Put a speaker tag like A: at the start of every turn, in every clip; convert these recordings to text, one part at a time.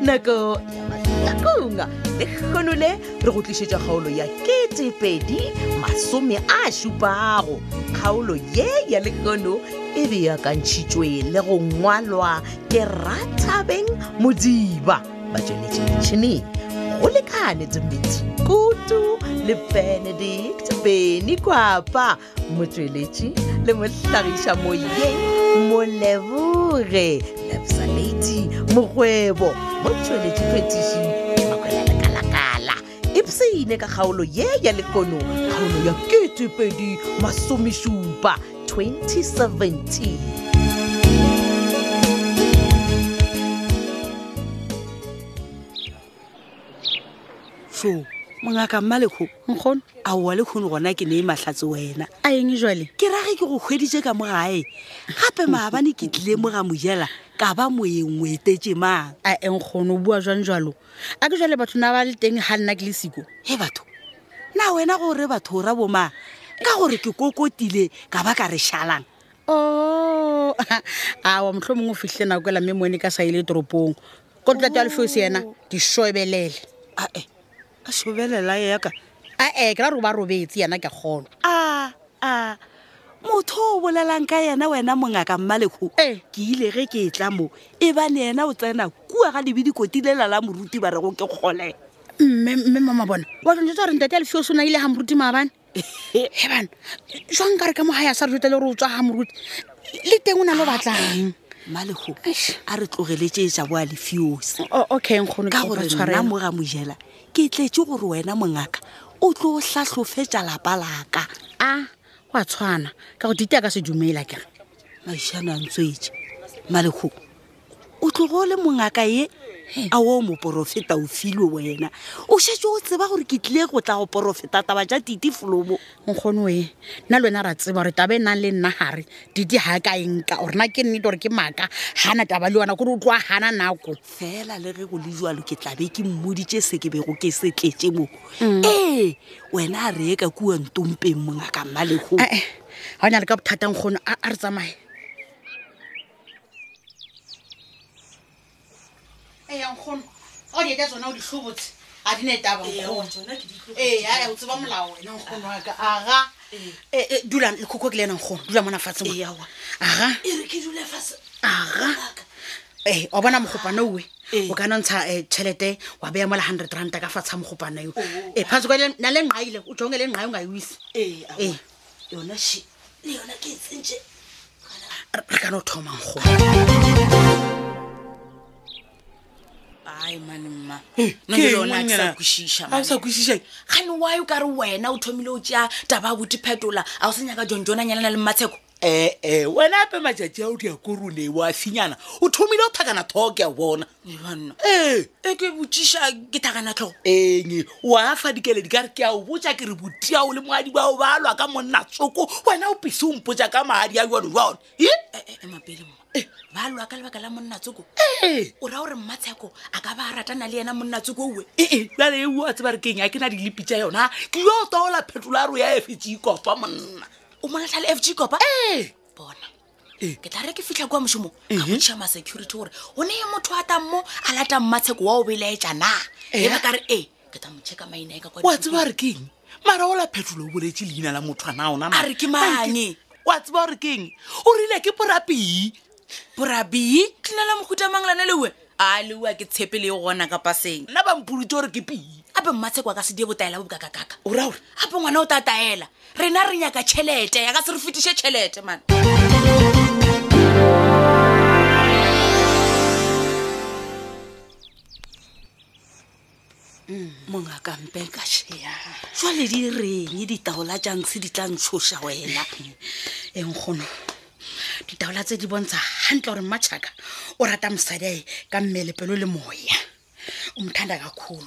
A: nako ya konga le kgono le re go tlišetša kgaolo ya ketepedi masome a šupago kgaolo ye ya lekgono e beakantšhitšwe le go ngwalwa ke ratabeng modiba batšweletši metšhineng go lekane dometi kutu le benedict beny kwapa motsweletši le mohlagiša moyeng moleboge lebsaleti mokgwebo motsweletši phetiši makwelelekalakala ipsene E ka kgaolo ye ya lekono kgaolo ya ketepedi masomešupa 2017
B: so mongaka mmalekgo
C: nkgono
B: aowa le kgone gona ke ne e mahlatse wena
C: a eng jale
B: ke rage ke go hweditše ka mo gae gape maabane ke tlile mo ga mojela ka ba moyeng oetetse mang
C: a enkgono o bua jwang jalo a ke jale batho na ba le teng ga nna ke le siko
B: he batho na wena gore batho o ra boma ka gore ke kokotile ka ba ka re šalang
C: o Oh, awa motlho mongwe o fitlhile nakokela mme moene ka sa ile toropong ko tlate ya lefeose yena di shobelele
B: ae a e sobelela yaka
C: ae eh, ke ra gore ba robetse yena ke kgolo
B: a a motho o bolelang ka yena wena mongaka mmalekgo
C: Ee.
B: ke ile ge ke e tla mo e bane yena o tsena kua ga lebidikotilela la moruti ba rego ke kgole
C: mme mme mama bona wa tshwanetse gore ntate ya lefeose o na ile ga moruti maabane he bana jwang ka re ka mo gae a sa re jotele gore o tswa ga moruti le teng o na le o batlang
B: mmalego
C: Eish.
B: a re tlogeletšetša boa lefiosi
C: O- okay nkgono
B: ka gore nna mo ga mojela ke tletse gore wena mongaka o tlo o hlahlofetša lapa laka
C: a go a Ah, tshwana ka go dite a ka se dumela kere
B: maišano a ntswetse mmalego o tlogo o le mongaka ye a o moporofeta o filwe wena o šetse o tseba gore ke tlile go tla go porofeta taba tša tite folomo
C: nkgono e nna le wena re a tseba gore taba e nang le nna gare dite ga ka enka ore na ke nnete gore ke maaka gana taba le yona kore o tloa gana nako
B: fela le ge go le jalo ke tlabe ke mmoditše se ke bego ke se tletse mo ee wena a reye ka kua ntompeng mongaka mmalego
C: ae ga Eh, o nyale ka bothata nkgono a a re tsamaye eyankgono ao dieta tsona o ditlhobotse a di netaba ee aa o tseba molao wena nkgono aka aga eh, ee dulang lekhokho ke le ena nkgono dula mona fatshe mo aga
B: ere E ke dule fase
C: aga ee wa bona mogopana oe
B: Ee.
D: Eh.
C: o ka nontsha um tšhelete wa beya mola hundred ranta ka fatsha mogopana eo
D: Oh.
C: ee phanse ka na le nqaile o jonge le nqae o nga e ise
B: ee
C: ee
B: yona she Eh. le yona ke e tsentše
C: re re ka no thoma nkgo ai manemma
B: Eh, a o sa kwešišang gane wae o ka re wena o thomile o tšea taba a bote phetola a o se nyaka jonjona nyalana le matsheko
D: ee Eh, wena ape matšatši ao diakorone wa finyana o thomile o thakana thoo ke a bona
B: banna
D: ee
B: e ke botšiša ke thakana tlhogo
D: eng oa fa dikeledi ka re ke a o botsa ke re botiao le moadi bao ba lwa ka monna tsoko wena o pise o mpotsa ka maadi a jone jone
B: E, mapele mo ba lwa ka lebaka la monnatsoko
D: ee
B: o ra gore mmatsheko a ka ba a ratana le yena monnatsoko owe
D: ee jale eo a tseba re keng a ke na dilepi tša yona ke yo taola phetola ro ya efetšeikofa monna
B: o monatlha le f g kopa
D: ee
B: bona
D: Eh.
B: ke tla re ke fitlha kwa mošomong ka botšha ma-security gore o neye motho a tang mo a latang matsheko wa o belaetša na
D: Eh.
B: e baka re ee ke tla motšheka maina e ka kwa
D: wa
B: di-
D: tseba re keng mara ola phetola o boletše leina la motho a na ona
B: A re ke mane.
D: wa tseba gore keng o rile ke porapii
B: borabii tlinela mohutamangulana lewe a lewa ke tshepe le gona kapa seng
D: nna ba mpoditse gore ke pii
B: ape mmatsheko a ka se die botaela bo bokakakaka
D: o ra gore
B: gape ngwana o ta taela rena re nyaka tšhelete ya ka se re fetiše tšhelete mane Mm. mongaka mpeka shea jale di reng ditaola jangse di tla ntshoša wena
C: e nkgono ditaola tse di bontsha gantle gore mmatšhaka o rata mosadi ae ka mmele pelo le moya o mthanda kakhulu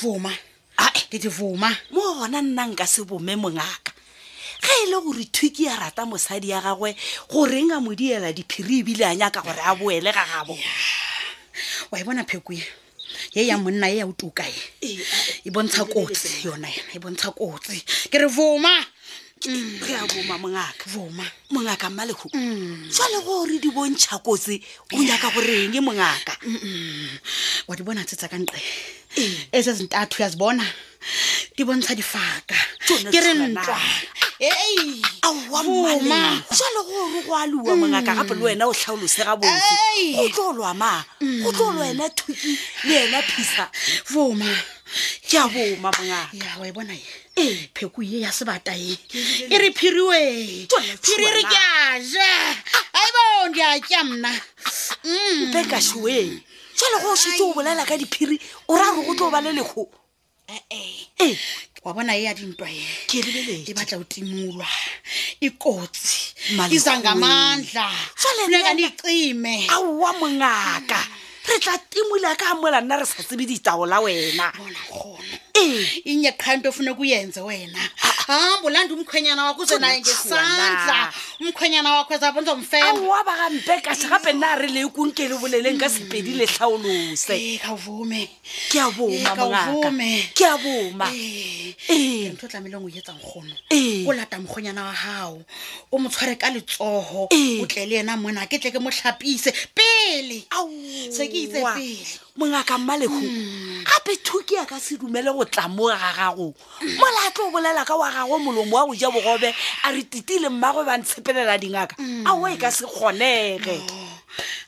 C: vuma
B: ae
C: ke di vuma
B: mo gona nna nka se bome mongaka ge e le gore thuki ya rata mosadi ya gagwe goreng a mo e diela diphiri ebile a nyaka gore a boele ga gabo
C: wa e bona pheko e ye ya monna ye ya o tuka e e bontsha kotsi yona yena e bontsha kotsi ke re voma
B: ge a boma mongaka
C: voma
B: mongaka mmalego jale gore di bontšha kotsi o nyaka goreng mongaka
C: wa di bona tsetsa ka E ntle esezintathu yazibona di bontsha difaka
B: Tsona
C: ke re
B: tsholana.
C: ntwa Ei,
B: aowa
C: Vuma.
B: mmale jale gore go a lewa mongaka gape le wena o tlhaolose gabotse
C: Ei.
B: go tlo lwa ma go tlo lwa ena thuki le ena phisa
C: voma
B: ke a boma mongaka
C: ya wa e bona e
B: ee
C: pheko ye ya sebata e e re phiriwe
B: Tsona
C: phiri re
B: tholwana.
C: ke a ja ai bon di a tja mna Mm.
B: mpe ka shoeng jale go o shetse o bolela ka diphiri o ra gore go tlo ba le lekgo ee
C: wa bona e ya dintwa e
B: ke
C: e
B: lebeletse
C: batla E o timolwa ikotsi
B: Malekgwe.
C: iza ngamandla
B: Jwale
C: funeka
B: nna-
C: nicime
B: aowa mongaka re tla timola ka mola nna re sa tsebe ditao la wena
C: bona kgono
B: ee
C: inye qha into efuneka uyenze wena hamba ulanda umkhwenyana wakho uze naye ngesandla
B: Tshwana.
C: umkhwenyana wakho ezabonza mfemba
B: aowa ba gampe kase gape nna re le konke le boleleng ka sepedi le tlhaolose
C: Eh, ka vume
B: ke a
C: Eh,
B: boma
C: ka o
B: mongaka
C: bome.
B: ke a boma
C: ee
B: Ee.
C: ntho o tlamehileng o etsang kgono
B: Ee.
C: o lata mokgonyana wa gago o mo tshware ka letsogo
B: Ee.
C: o tle le ena mona ke tle ke mo tlhapise pele se ke itse
B: Aowa.
C: pele
B: mongaka mmalego
C: Hmm.
B: gape thuki a ka se dumele go tlamoga gago mola a tlo o bolela ka wa gago molomo wa go ja bogobe a re titile mmago ba ntshepelela dingaka
C: Hmm.
B: ao e ka se kgonege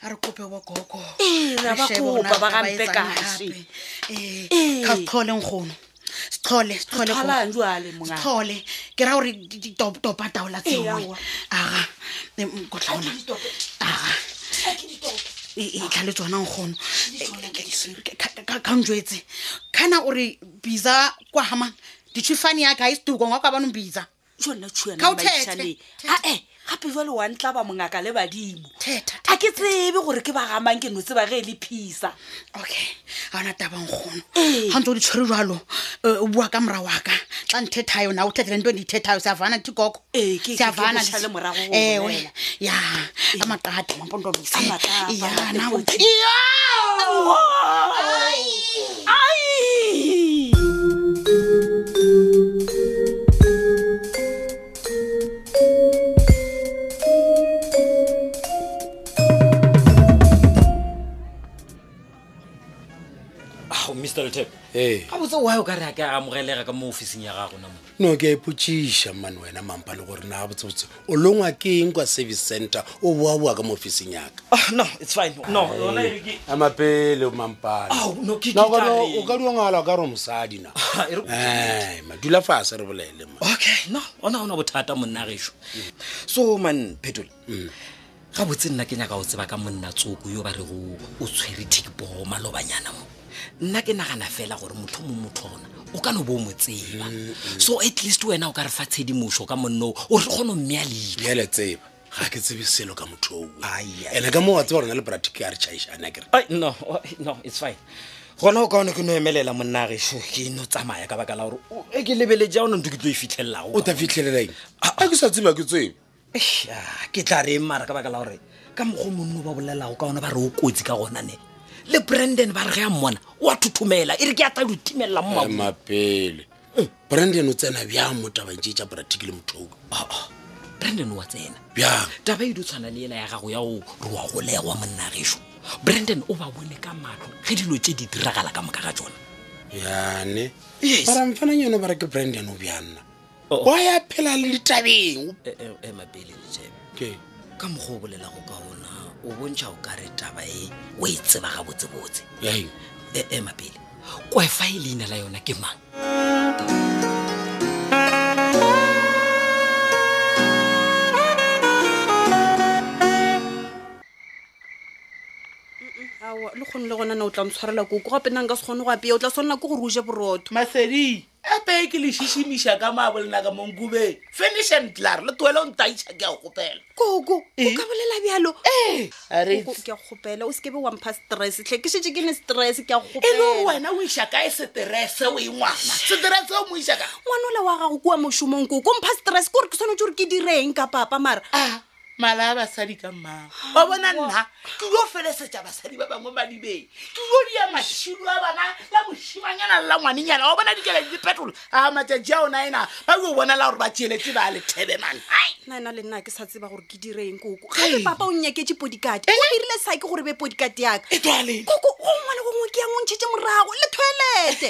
C: a re kope bogogo
B: Ee, ra ba kopa ba gampe kahle.
C: ee
B: Ee.
C: ka setlholeng kgono setlhole setlhole kgono.
B: tholang jale mongaka
C: setlhole ke ra gore ditopa taola
B: Ee,
C: tsewe
B: aowa.
C: aga kotlhona aga etlha E, le tsona nkgono kanjwetse kana ore biza kwa hamang ditshifane yaka ga e setuko ngwa ka banong biza
B: jona
C: Ka o thethe,
B: tšhuanamaišaneng
C: thethe.
B: ae e, gape jale wa ntla ba mongaka le badimo
C: Thetha,
B: a ke tsebe gore ke ba gamang ke no tseba ge e le phisa
C: okay ga ona taba nkgono
B: Ee.
C: ga ntse o di tshwere jalo eh, o bua ka mora waka tla nthethayo na o thethele nto ndiyithethayo siyavana thikoko
B: Ee, Eh, ke- ke- ke
C: siyavana
B: bohlale morago ho
C: ewe
B: bolela.
C: Eh, ya
B: Eh.
C: amaqadi mampondomise
B: Amaqatha,
C: ya nawe
B: mpontobise.
C: Iyo!
B: ai
E: ao mr letep
F: ee
E: ga botse wa o ka re a ka amogelega ka mo officing ya gago namo
F: no ke a ipotsiša mane wena mampa le gore na botsebotse o longwa ke eng kwa service center o boaboa ka mo officing yaka
E: Ah, no it's fine no yona e re ke-
F: amapele mampane
E: Ao, no, ke- ke
F: Na o ka
E: tla
F: re-
E: reng?
F: o ka diongala ka gore mosadi na
E: e re-
F: ai madula fase re bolele ma
E: okay no ona ona bothata monna gešo so man phetola ga botse nna ke nyaka o tseba ka monna tsoko yo ba rego o tshwere thikipo malobanyana mo nna ke nagana fela gore motho mo motho ona o ka no bo o mo tseba so at least wena o ka re fa tshedimošo ka monnao o re kgone o mmea leile
F: bjale tseba ga ke tsebe selo ka motho oo
E: Ai, ai.
F: ande ka moo wa tseba gorena le bratike a re chaišana kere
E: Ai, no o- no it's fine gona o kaone ke no emelela monna gešo ke no tsamaya ka baka la gore o- e ke lebeletse a ona nto ke tlo e fitlhelelago
F: o ta fitlhelelaeng a ke sa tseba ke tsebe
E: ke tla re mara ka baka la gore ka mokgwa monno ba bolelago ka ona ba re o kotsi ka gonane le brandon ba re ge a mmona o a thothomela e re ke a tla dutimelela
F: Eh,
E: mma
F: mapele
E: Eh.
F: branden o tsena bjang mo tabantše tša bratike le motho oo
E: brandon wa tsena
F: bjang
E: taba e di tshwana le ela ya gago ya go re wa golegwa monna gešo brandon o ba bone ka matlo ge dilo tse di diragala ka moka ga tsona
F: yane
E: Yes.
F: baramfanang yone ba re ke branden o bjanna
E: Oh, oh.
F: wa ya phela le ditabeng
E: emapele lejebe
F: ke
E: ka mokgwa o bolelago ka ona o bontšha o ka re taba e o e tseba gabotsebotse
F: yaeng
E: e ema pele kwaefa e leina la yona ke mang
G: awa le kgone le gona na o tla ntshwarela koko gape nna nka se kgone go apea o tla tshwanela ke gore o je borotho
D: masedi ape ke le šišimiša ka maabolenaka monkubeng finish and clar le toele o ntaiša ke a o kgopela
G: koko o
D: Eh?
G: ka bolela bjalo
D: are
G: Eh! Koko, ke a kgopela o sekebe wampha stress tlhe ke šetse ke ne stress ke a
D: e le gore
G: kgopela
D: wena o iša kae seterese o e ngwana seterese o mo iša ka
G: ngwana ole wa gago kua mošomong koko mpha stress ke gore ke tshwanetse gore ke direng ka papa mara
D: Ah,
E: mala a basadi ka mmao wa bona nna ke yo felesetša basadi ba bangwe madibeng ke yo dia mašilo a bana la mošimanyana le la ngwanenyana wa bona dikeledi dipetolo a matšatši a ona ena ba yo bonala gore ba tšeletse ba a lethebe manae
B: nna ena le nna ke sa tseba gore ke direng koko gape papa o nnyaketse
G: E
B: podikate o dirile sake gore be podikate yaka
E: e twaleng
B: koko go ngwe le gongwe ke yang o ntšhetse morago le toilete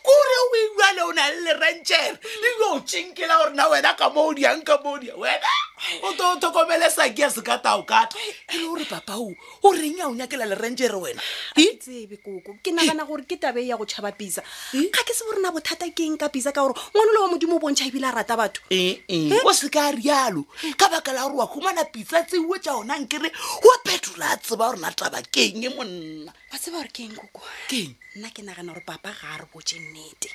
E: kore o eilwale o na le lerentšhere le yo tsinkela gore na wena ka moo diang ka moo dia wena o to o thokomele saki ya sekata o kata e le gore papao o reng ya o nyakela lerentšhere wena
B: ke tsebe koko ke nagana gore ke tabe ya go tšhaba pisa ga ke se bore na bothata ke eng ka pisa ka gore ngwane le wa modimo o bontšha ebile a rata batho
F: Eh?
E: ee o se ka rialo ka baka la gore wa humana pitsa tseiwe tša ona nkere wa phetola a tseba gore na taba keng e monna
B: wa tseba gore ke eng koko
E: Ke eng?
B: nna ke nagana gore papa ga a re botse nnete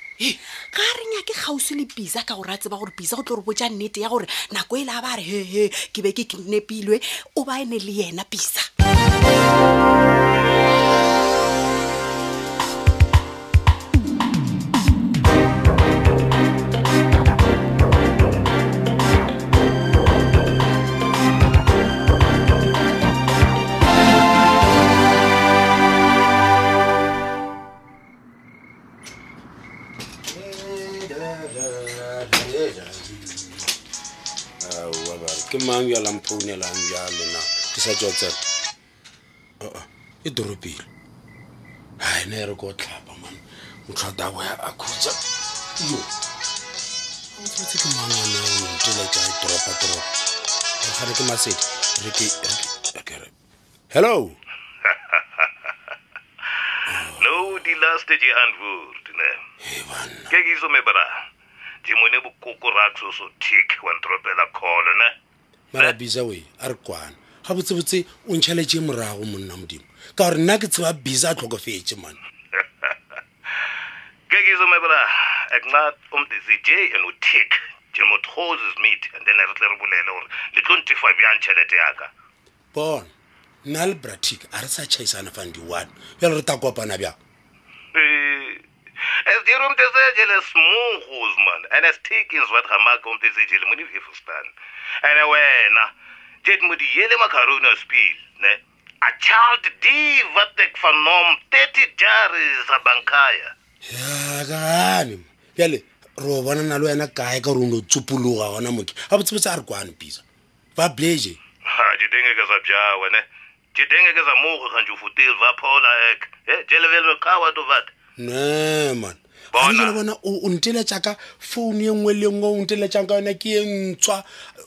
B: ga a re nyake kgausi le pisa ka gore a tseba gore pisa go tlo re botsa nnete ya gore nako e le a ba re hehe ke be ke kidnapilwe o ba ene le yena pisa
F: aowa bare ke mang yo lampounelang bjalo na ke sa tswa tseta aa e toropile a ena e re ko tlhapa man motho a taboya a khutsa yo tsetse ke mang ana ntela tsa toropatoropa gare ke masedi re ke re ke- re- hello
H: no di laste di antwoord ne
F: e banna
H: ke ke iso me bra di mone bokoko rakso so tik wa ntropela call ne
F: mara bisa we a re kwana ga botsebotse o ntšheletse morago monna modimo ka gore nna ke tseba bisa a tlhokofetse mane
H: ke ke iso me bra ek nat om te CJ en o tik ke mo thoses meet and then re tle re bolele hore le tlo ntifa bjang tšhelete yaka
F: bona nna le bratic a re sa chaisana fan di-one jalo re ta kopana bjang
H: Eh, Es dir um das Segel ist Muchus, man. Und es tick ins Wad Hamak um das Segel, man nicht verstanden. Und wena, jet mu die jede Makarona spiel, ne? A child die, wat ek vernom, 30 Jahre ist a Bankaya.
F: yakane bjale re o bonana le wena kae ka gore o ne o tsopologa gona motho ga botsebotse a re kwane bisa ba blaje
H: Ha, die Dinge gesagt, ja, wene. Die Dinge gesagt, Muchus, kann du futil, wa Paula ek. Eh, jelle will mir kawa, du wat.
F: ne man
H: Bona.
F: le bona o o nteletša ka founu ye nngwe le e nngwe o nteletšang ka yona ke ye ntshwa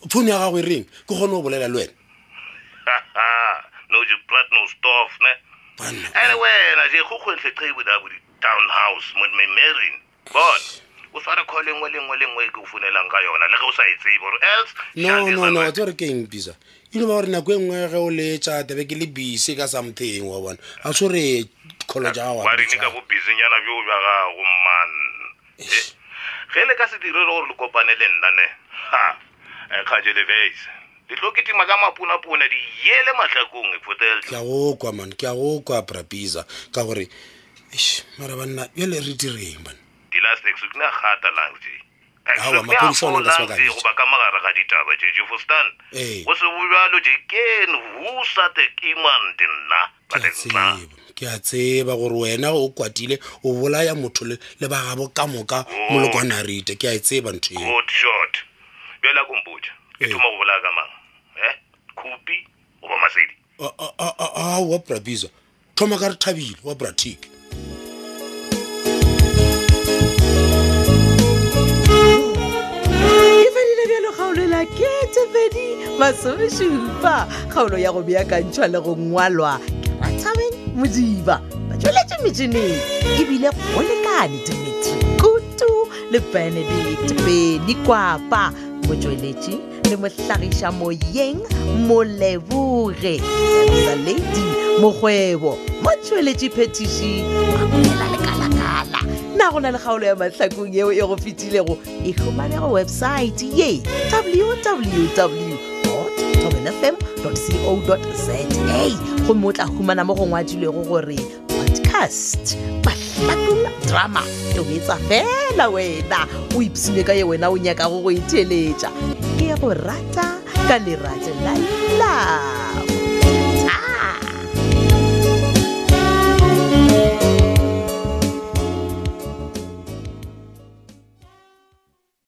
F: founu ya gago e reng ke kgone go bolela le wena
H: Ha, ha, no, die Platt, no Stoff, ne?
F: banna
H: ene wena je go kgwentlhe qhebu dabo di-townhouse mo memerin bona o sware call lengwe lengwe lengwe e ke o fonelang ka yona le ge o sa e tsebe gore else
F: no no no tse gore ke eng bisa eno ba gore nako e nngwe ge o letša tabe ke le busy ka something wa bona a se gore college
H: warene e ka bobusinyana bjo bja gago man Eh, ge le ka se direle gore le kopane le nna ne ha ekgaje leveise le tlo ketima ka mapunapuna di yele matlhakong e
F: ke
H: foteltle
F: a go kwa man ke a go kwa brabisa ka gore eish, mara banna jale re direng bana
H: di last ex ke ne gata lange
F: Aowa, maphodisa ona ka Eh. sebaka
H: lange
F: bitse.
H: goba ka magare ga ditaba je jefostan
F: Ee.
H: go se bojalo je ken vusate kimante nna
F: ke a tseba ke a tseba gore wena o kwatile o bolaya motho le le ba gabo ka moka molokwana rite ke a e tseba ntho eo
H: good shot bjale a kompotša ke
F: Ee.
H: thoma go bolaya ka mang e khupi goba masedi
F: A- a- a- a- a- wa brabisa thoma ka re thabile wa bratic
A: e fedile bjalo kgaolo la ketepedi masomešupa kgaolo ya go beakantšhwa le go ngwalwa ke ratabeng modiba ba tsweletše metšhineng ebile go lekane dimetri kutu le benedict beny kwapa motsweletši le mohlagiša moyeng moleboge sa ledi mokgwebo mo tsweletše phetiši mabolela lekala-kala na go na le kgaolo ya mahlakong yeo e go fetilego e humanego websaete ye www fm co za gomme o tla humana mo go ngwadilwego gore podcast mahlakong drama e o etsa fela wena o ipsine ka ye wena o nyakago go itheletša ke go rata ka lerato la lelapa